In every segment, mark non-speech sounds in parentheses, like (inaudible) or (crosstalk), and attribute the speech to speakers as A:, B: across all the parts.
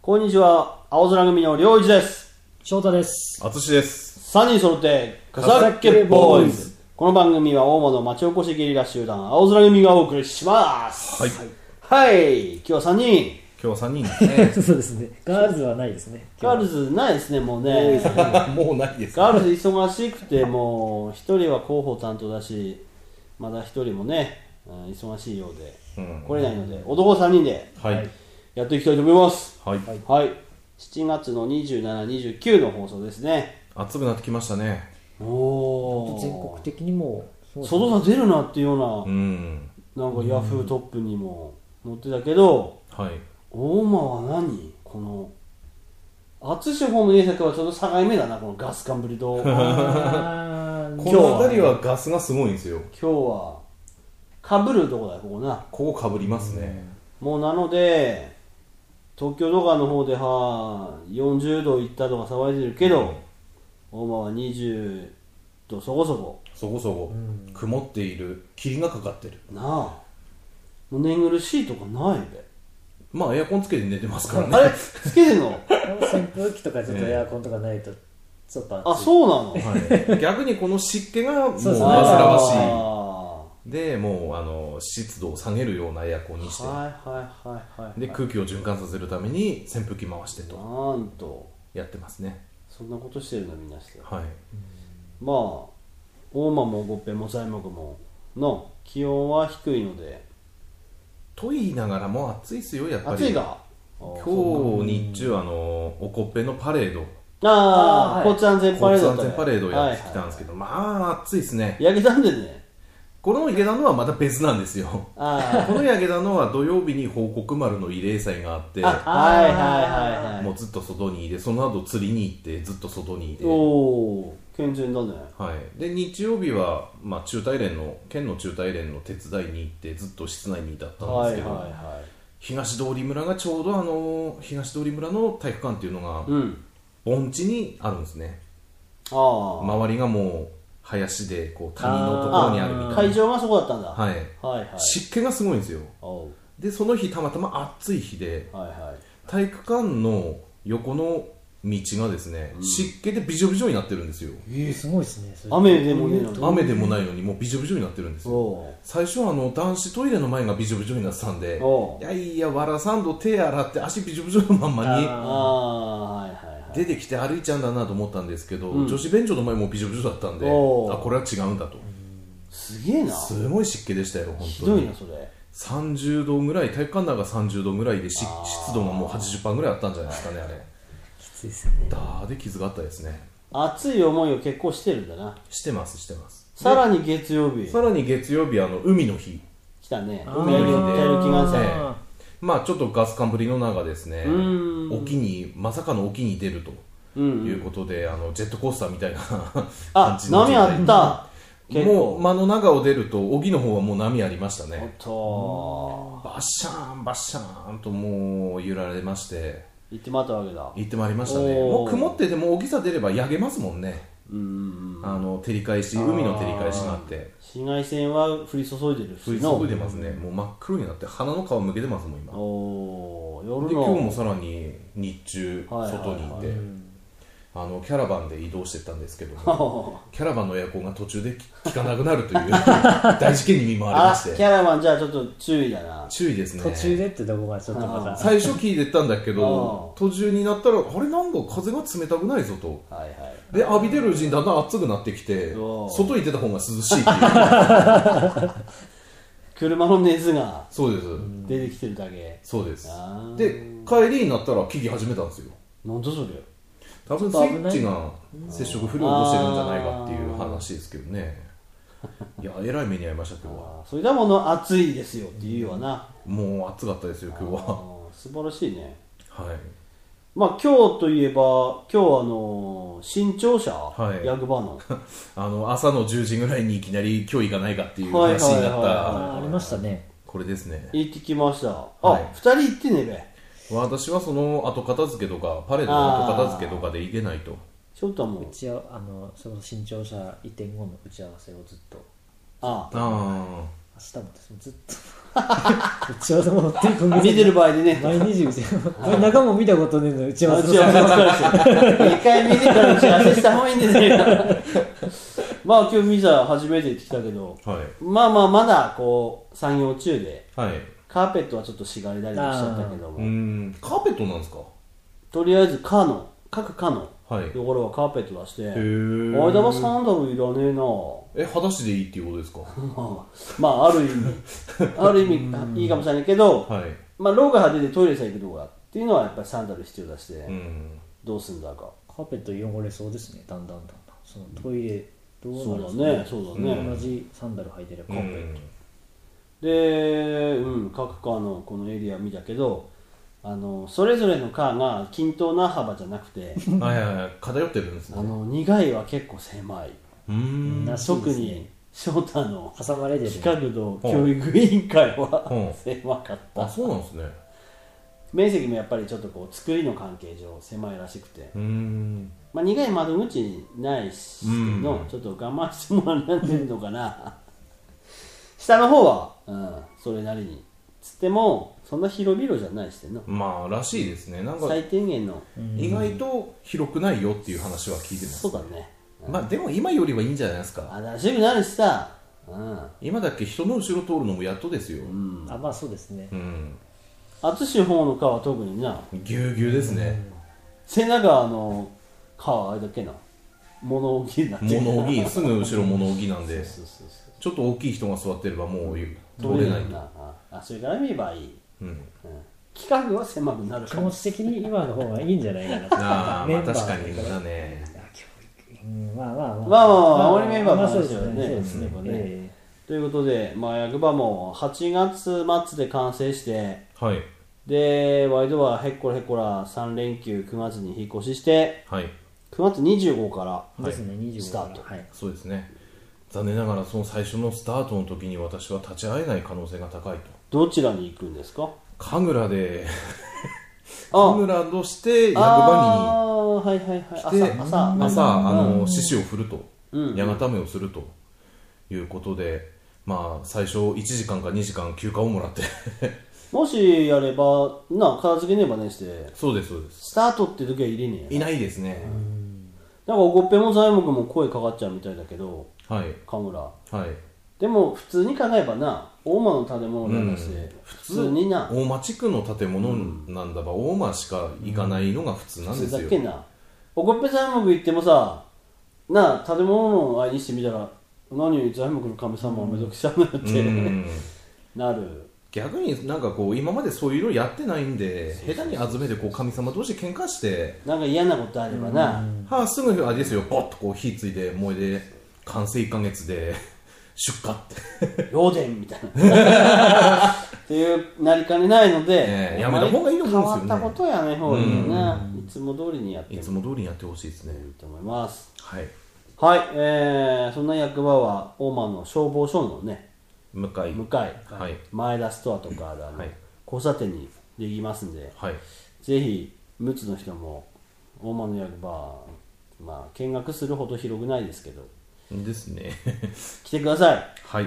A: こんにちは、青空組の良一です。
B: 翔太です。
C: あつしです。
A: 3人揃って、カサッケボーイズ。この番組は大間の町おこしゲリラ集団、青空組がお送りします。
C: はい。
A: はい、今日は3人。
C: 今日は3人ですね。
B: (laughs) そうですね。ガールズはないですね。
A: ガールズないですね、もうね。
C: (laughs) もうないです。
A: ガールズ忙しくて、もう、一人は広報担当だし、まだ一人もね、うん忙しいようで、
C: うん
A: 来れないので、男3人で
C: はい。
A: やっていきたいと思います。
C: はい。
A: はい。7月の27、29の放送ですね。
C: 暑くなってきましたね。
A: おー。
B: 全国的にも、そうですね
A: 外さ出るなっていうよ
C: う。
A: うんな、なんかヤフートップにも載ってたけど、
C: はい。
A: 大間は何この、淳方の名作はちょうど境目だな、このガスカンブリ (laughs) と。今
B: あー
C: こ
A: 日は
C: の辺りはガスがすごいんですよ。
A: 日は、かぶるとこだよ、ここな。
C: ここかぶりますね。
A: もうなので、東京とかの方では、40度いったとか騒いでるけど、大間は20度そこそこ。
C: そこそこ、曇っている。霧がかかってる。
A: なあ。もう寝苦しいとかないべ。
C: まあ、エアコンつけて寝てますからね。
A: あれつけてんの
B: 扇風機とかちょっとエアコンとかないと、ちょっと暑い。
A: あ、そうなの
C: はい、逆にこの湿気が (laughs) もう
B: そうで
C: 煩
B: すね
C: わし
A: あ
C: い。で、もう、あの、湿度を下げるようなエアコンにし
A: ー
C: て。
A: はいはいはいはい。
C: で、空気を循環させるために扇風機回してと。
A: なんと、
C: やってますね。
A: そんなことしてるのみんなして。まあ、
C: はい。
A: 大間も五平も材木もの気温は低いので、
C: と言いながらも暑いっすよ、やっぱり。
A: 暑いが。
C: 今日日中あのおこっぺのパレード
A: ああ、
B: あーはい
A: 交通安全パレードだ
C: 交
A: った
C: 通安
A: ね
C: 全パレードをやってきたんですけ
A: は
C: ど、まあ暑いですね
A: いはいはい焼けたんでね。
C: この池田のはまた別なんですよ
A: あ
C: (laughs) この焼けたのは土曜日に報告丸の慰霊祭があって
A: あ、はいはいはいはい。
C: もうずっと外にいてその後釣りに行ってずっと外にいて、
A: お
C: は
A: おー、健全だね。
C: い、で日曜日は、まあ、中大連の県の中大連の手伝いに行ってずっと室内にいたったん
A: は
C: で
A: い
C: す
A: はい
C: けど、
A: は
C: 東通村がちょうどあの東通村の体育館っていうのが
A: い。うん。
C: 盆地にあるんですね、
A: ああ。
C: 周りがもう林でこう谷のところにあるみたい
A: 会場がそこだったんだ。
C: な、はい
A: はいはい。
C: 湿気がすごいんですよ
A: おう
C: でその日たまたま暑い日で
A: はいはい。
C: 体育館の横の道がですね、湿気でびじょびじょになってるんですよ
B: すごいですね。それ
A: 雨でもねえのに
C: 雨でもないのにもうびじょびじょになってるんですよ
A: おう
C: 最初はあの男子トイレの前がびじょびじょになってたんで
A: おう
C: いやいやわらさんと手洗って足びじょびじょのまんまに
B: あ
A: ああ、はいはいはい。
C: 出てきて歩いちゃうんだなと思ったんですけど、
A: うん
C: 女子便所の前もびじょびじょだったんであ
A: おう
C: これは違うんだと
A: すげえな。
C: すごい湿気でしたよ本当に
A: ひどいな、それ。
C: 30度ぐらい体育館の中30度ぐらいで湿湿度がもう80%ぐらいあったんじゃないですかねあれ
B: きついですね。
C: だーで傷があったですね
A: 熱い思いを結構してるんだな。
C: してますしてます
A: さらに月曜日、
C: さらに月曜日あの海の日
A: 来たね。
B: あー
A: 海に行ってる気が
C: え
A: さ
C: え。まあちょっとガスカンブリの中ですね
A: ーん
C: 沖にまさかの沖に出る
A: う
C: とい
A: ん。
C: うことで、あのジェットコースターみたいな感
A: あ
C: じ、の
A: 波あった。結
C: もう
A: 構。
C: 間の中を出ると沖の方はもう波ありました
A: おっ
C: ね
A: と。
C: バッシャーンバッシャーンともう揺られまして
A: 行ってまったわけだ。
C: 行ってまいりましたね
A: おー
C: もう曇ってても大きさ出れば焼けますもんね
A: うん。
C: あの照り返し海の照り返しがあって
A: 紫外線は降り注いでるし
C: 降り
A: の
C: 注いでますねもう真っ黒になって鼻の皮むけてますもん今
A: おー
C: で
A: 夜
C: 今日も
A: の。
C: さらに日中
A: はいはいはい
C: 外にいて
B: うん
C: あのキャラバンで移動してったんですけども
A: (laughs)
C: キャラバンのエアコンが途中で効かなくなるという大事件に見舞われま
A: あ、
C: し
A: キ
C: て
A: ャラマンじゃあちょっと注意だな。
C: 注意ですね
B: 途中でってとこがちょっとまた。
C: 最初聞いてたんだ
A: (laughs)
C: けど
A: あ
C: 途中になったらあれなんか風が冷たくないぞと
A: はいはい。
C: で浴びてるうちにだんだん暑くなってきて
A: おー
C: 外に出た方が涼しいっていう
A: (laughs) 車の熱が
C: そうです
A: 出てきてるだけ。
C: そうです
A: あー
C: で帰りになったら聞き始めたんですよ
A: なんだそれ。
C: 多分スイッチが接触不良をしてるんじゃないかっていう話ですけどねいやえらい目に遭いました今日は
A: あーそれだもの暑いですよっていうような、
C: もう暑かったですよ今
A: あ
C: 日は
A: ー素晴らしいね
C: はい
A: まあ今日といえば今日あのー新庁舎、
C: はい
A: 役場
C: (laughs)
A: の
C: あの朝の10時ぐらいにいきなり今日行かないかっていう
A: はいはい
C: 話になっ
A: は
B: あーあ
C: た
B: りましたね。
C: これですね
A: 行ってきましたあ、
C: はい
A: 二人行ってねべ
C: 私はその後片付けとかパレードの後片付けとかで行けないと
A: ちょっとはもう
B: うちは、あの、その新庁舎移転後の打ち合わせをずっと。
A: あ
C: ああ
B: 明日も私もずっ (laughs) と打ち合わせも乗ってる今
A: 見てる場合でね
B: 毎日打ち合わせこれ中も見たことねえの打ち合わせ
A: 打ち合わせ疲
B: (laughs)
A: れてる一回見てから打ち合わせした方がいいんですよ
B: (laughs)
A: まあ今日ミザ初めて来たけど
C: はい
A: まあまあまだこう産業中で
C: はい
A: カーペットはちょっとしがれたりもしちゃったけど
C: うー
A: も
C: んカーペットなんですか
A: とりあえずカの各カの
C: はいへ
A: ところはカーペット出して
C: え
A: 間玉サンダルいらねえな (laughs)
C: え裸足でいいっていうことですかは
A: まあまああ
C: (laughs)
A: る意味ある意味いいかもしれないけど
C: い
A: まあ廊下出てトイレさえ行くとこだっていうのはやっぱりサンダル必要だし
C: う
A: て
C: ん
A: どうすんだか
B: カーペット汚れそうですねだんだんだんだんそのトイレどう
A: そ
B: な
A: う
B: る
A: だ
B: んで
A: ね
B: すか
A: そうだね
B: 同じサンダル履いてれば
C: う
B: カーペット、
C: ん
A: で、うん、各カーのこのエリア見たけどあのそれぞれのカーが均等な幅じゃなく
C: (laughs)
A: て
C: はいはいはい偏ってるんですね
A: あの苦いは結構狭い、
C: うーん
B: な
A: 特
B: そうです
A: に翔太の
B: 挟まれてる
A: 企画道教育委員会は、
C: うん
A: (laughs) 狭かっ
C: あ
A: た
C: そうなんですね
A: 面積もやっぱりちょっとこう作りの関係上狭いらしくて、
C: うーん
A: まあ、苦い窓口ないし
C: うん
A: の、ちょっと我慢してもらってるのかな (laughs) 下の方は、うん、それなりにつってもそんな広々じゃないしてんの
C: まあらしいですねなんか
A: 最低限の
C: 意外と広くないよっていう話は聞いてます
A: そうだね
C: まあでも今よりはいいんじゃないですか
A: 新しくなるしさうん
C: 今だっけ人の後ろ通るのもやっとですようん、
B: あまあそうですね、
A: 淳の方の顔は特にな
C: ぎゅうぎゅうですね
A: 背中の顔はあれだけな物置になってる
C: 物置すぐ後ろ物置なんで
A: そうそうそ
C: ちょっと大きい人が座ってればもう
A: う
C: 通れないと、
A: ああそれから見ればいい、
C: うん、
A: うん、規格は狭くなる
B: 気
A: かも
B: 持
A: し
B: ち的に今の方がいいんじゃないかな (laughs) と
C: ああ
B: メ
C: まあ
B: ンバー
C: 確かに
B: だから
C: だね
B: うんまあまあ
A: ま
B: まあ
A: あまあまあ森メンバーの
B: まあそう
A: 話
B: です
A: だ
B: よ
A: よね
B: ねそうですね、
A: うん
B: え
A: れないということで、まあ、役場も8月末で完成して
C: はい
A: でワイドはへっこらへっこら3連休9月に引っ越しして
C: はい
A: 9月25から
B: えですね25
A: スタート
B: はい
C: そうですね残念ながらその最初のスタートの時に私は立ち会えない可能性が高いと
A: どちらに行くんですか
C: 神楽で
A: あ
C: 神楽として役
A: あ
C: 場
A: あはいはいはい
C: に来て
A: 朝朝
C: 朝あの獅子を振ると、
A: うん
C: やがためをするということでまあ最初1時間か2時間休暇をもらって (laughs)
A: もしやればな片付けねばねして
C: そうですそうです
A: スタートって時は入れねえ
C: い
A: よ
C: ないですね
A: なんかおごっぺも材木も声かかっちゃうみたいだけど
C: はい
A: 神村
C: はい
A: でも普通に考えばな大間の建物なんだし、
C: うん
A: 普通にな
C: 大間地区の建物なんだば、大間しか行かないのが普通なん
A: 普
C: で
A: 通
C: すよ、
A: だっけなおごっぺ材木行ってもさなあ建物の愛にしてみたら何材木の神様をめどくしちゃうのよっ
C: う
A: て
C: ん
A: なる
C: 逆になんかこう今までそういうのやってないんで下手に集めてこう神様同士喧嘩して、
A: なんか嫌なことあればな、
C: はあ、すぐあれですよポッとこう火ついて燃えて完成1か月で (laughs) 出荷って、
A: ローデンみたいな。 (laughs) っていうなりかねないので、
C: ええやめた方がいいと思うんですよね
A: 変わったことはやめほうがいいよね。いつも通りにやって
C: い
A: も
C: つも通りにやってほしいですね
A: いいと思います。
C: はい
A: はい、えー、そんな役場は、大間の消防署のね、
C: 向かい
A: 向かい、
C: はい
A: 前田ストアとかあるあの、
C: はい
A: 交差点にできますんで、
C: はい
A: ぜひ、陸奥の人も、大間の役場、まあ、見学するほど広くないですけど、
C: ですね (laughs)
A: 来てください。
C: はい、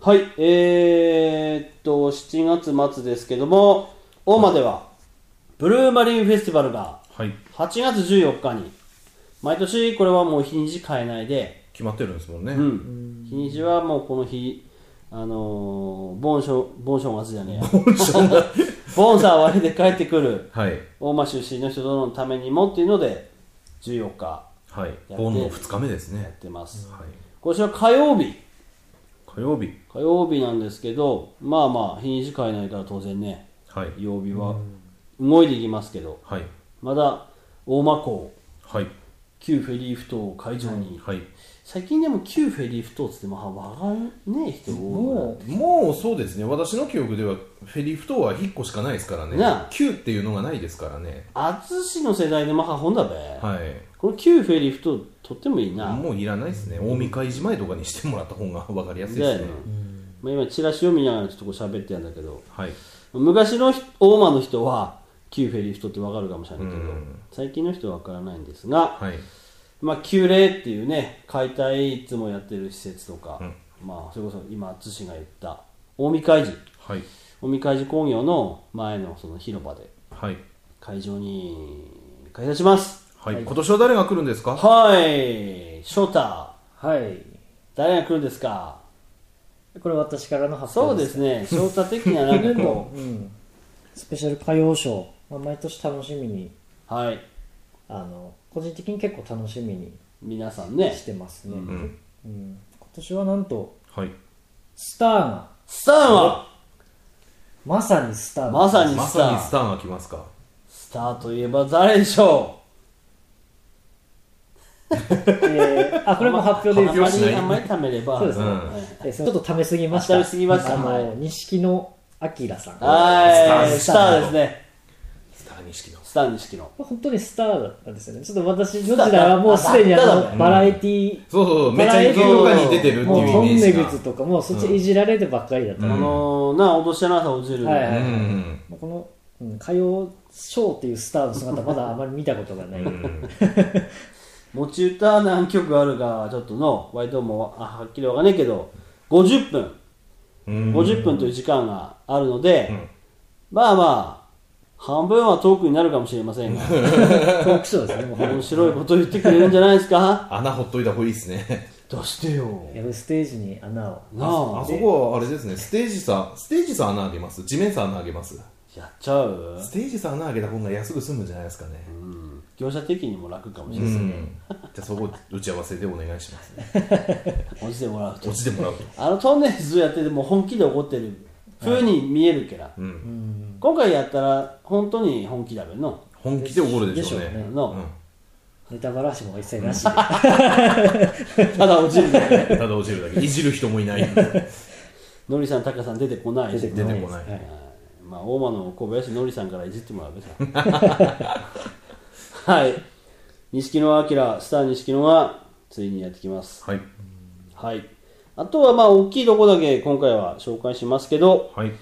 A: はい、えー、っと、7月末ですけども、大間では、ブルーマリンフェスティバルが、
C: はい、
A: 8月14日に、毎年これはもう日にち変えないで、
C: 決まってるんですもんね、
A: うん、日にちはもうこの日、あのー、盆正、盆正月じゃねえや。盆さん割で帰ってくる、
C: はい
A: 大間出身の人のためにもっていうので、14日
C: はい
A: て
C: 盆の2日目です
A: やっ
C: ね、
A: てます。
C: はい、
A: こちら火曜日、
C: 火曜日
A: 火曜日なんですけど、まあまあ、日にち変えないから当然ね、
C: はい
A: 曜日は動いていきますけど、
C: はい
A: まだ大間港、
C: はい
A: 旧フェリー埠頭を会場に、
C: はい
A: 最近でも旧フェリー埠頭っつっても、まあわかんねえ人多
C: もうもうそうですね私の記憶ではフェリー埠頭は1個しかないですからね
A: なあ
C: 9っていうのがないですからね
A: い。淳の世代でマハホンだべ。
C: はい
A: この旧フェリー埠頭とってもいいな。
C: もういらないですね近江海島前とかにしてもらった方が分かりやすい
A: だ
C: で
A: よ
C: す
A: ね
C: ね。
A: まあ、今、チラシを見ながらちょっとこう喋ってるんだけど、
C: はい
A: 昔の人大間の人は、旧フェリー埠頭ってわかるかもしれないけど
C: うん、
A: 最近の人はわからないんですが、
C: はい
A: まあ、旧霊っていうね、解体いつもやってる施設とか、
C: うん
A: まあ、それこそ今、津が言った、近江海事、
C: はい
A: 近江海事工業の前のその広場で、
C: はい
A: 会場に開催します。
C: はい今年は誰が来るんですか
A: はい、翔太、
B: はい
A: 誰が来るんですか
B: これ私からの発
A: そう
B: 表
A: で
B: です
A: すね、翔太的にはなん
B: (laughs)
A: かこ
B: うん、スペシャル歌謡ショー、まあ、毎年楽しみに
A: う、はい、
B: あの個人的に結構楽しみに
A: 皆さんね、
B: してますね、
C: う
B: うん
C: ん
B: 今年はなんと
C: はい
B: スターが
A: スターは、
B: まさにスターが
A: まさに
C: ま
A: スタ
C: さにス
A: ー。
C: ターが来ますか
A: スターといえば誰でしょ
B: えーあ
A: う
B: これも発表でいい
A: あ
B: で
A: ん
B: す
A: ま
B: か
A: り、あんまり貯めれば。
B: そうです
C: ね
A: はい
B: えーそのちょっとためすぎました
A: 溜めすぎました
B: あ
A: はい
B: の錦野明さん
A: はい、ス
C: ス
A: タ
C: タ
A: ー
C: ー
A: ですね。
C: スター錦野
A: スター錦の。
B: 本当にスターだったんですよねちょっと私の時代はもうすでにあ
A: スターだった
B: のバラエティー
C: そうそうそうめっちゃイケとかに出てるって
B: もう
C: いう
B: 本
C: イメージ
B: め
C: が
B: ぐつとかもうそっちいじられてばっかりだった
A: あ
B: の、
A: のー、な、落とし穴さ落ちる。
B: はいはい
C: うん
B: この、うん、歌謡ショーっていうスターの姿まだあまり見たことがない、
C: うん
A: 持ち歌何曲あるか、ちょっとの、割ともう、あはっきりわかんないけど、50分、
C: うん
A: 50分という時間があるので、
C: うん
A: まあまあ、半分はトークになるかもしれませんが、
B: トークショーですねもう
A: 面白いこと言ってくれるんじゃないですか
C: 穴ほっといた方がいいですね
A: 出してよ。
B: やるステージに穴を
A: な
C: あ
A: あ、
C: そこはあれですねステージさステージさ穴あげます地面さ穴あげます
A: やっちゃう
C: ステージさ穴あげた方が安く済むんじゃないですかね
A: うん。業者的にも楽かもし
C: う
A: れない。
C: んじゃあそこ打ち合わせでお願いします
A: 落ちてもらうと
C: (laughs) 落。ちてもらうと
A: あのトンネルズやってても本気で怒ってる風に見えるけら、
C: うん
A: 今回やったら本当に本気だべ
C: (laughs)
A: の、
C: 本気で怒るでしょう
B: でしょう
C: ね
B: ね
A: の
B: ネタばらしも一切なしで、
A: ただ落ちるだけ
C: うんただ落ちるだけいじる人もいない (laughs)
A: ノリさんタカさん出てこないし
B: 出て
C: 出てこな
A: はい
C: い
A: まあ大間の小林ノリさんからいじってもらうべ
C: (laughs)
A: さはい錦野明スター錦野がついにやってきます
C: はい
A: はいあとはまあ大きいとこだけ今回は紹介しますけど
C: はい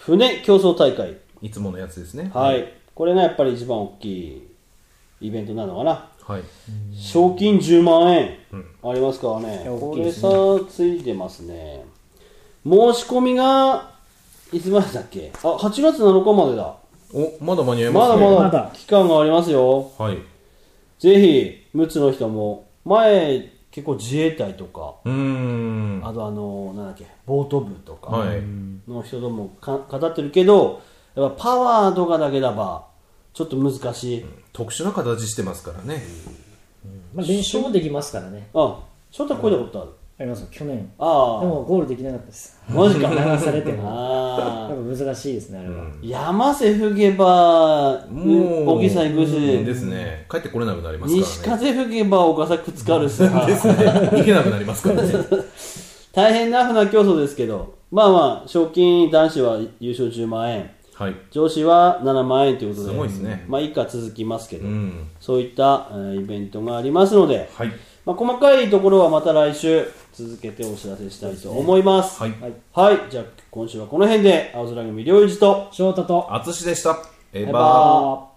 A: 船競争大会
C: いつものやつですね
A: はいこれがやっぱり一番大きいイベントなのかな
C: はい
A: 賞金10万円
C: うん
A: ありますからね、
B: いや
A: こ
B: 大きい
A: れ
B: です
A: さ
B: ね
A: ついてますね申し込みがいつまでだっけあ8月7日までだ
C: おまだ間に合いま
A: ますだ
C: ね
A: ま
B: ま
A: だ
B: だ
A: 期間がありますよ
C: はい
A: ぜひ陸奥の人も前結構自衛隊とか
C: うーん
A: あとあのなんだっけボート部とか
C: はい
A: の人ともか語ってるけどやっぱパワーとかだけだばちょっと難しい、
C: 特殊な形してますからね
B: まあ、練習もできますからね
A: あ翔太こういたことある、
B: ありますよ去年で
A: ああ
B: もゴールできなかったです
A: マジか
B: (laughs) 流されても
A: ああ
B: やっぱ難しいですねあれは、
C: うん
A: 山瀬吹けば、
C: もう
A: 大きさいぐ
C: うん
A: し、
C: ですね帰ってこれなくなりますからね
A: 西風吹けば、岡さくつかるさ、
C: 行けなくなりますから (laughs) ね。
A: 大変な船競争ですけど、まあまあ、賞金男子は優勝10万円、
C: はい。
A: 女子は7万円ということで、
C: すごいですね
A: まあ以下続きますけど、
C: うん。
A: そういった、えーイベントがありますので、
C: はい。
A: まあ、細かいところはまた来週、続けてお知らせしたいと思います。
C: はい。
A: はい、じゃあ今週はこの辺で、青空組両一と、
B: 翔太と
C: あつしでした。エ
A: バ
C: バ
A: イ
C: ー。
A: バー。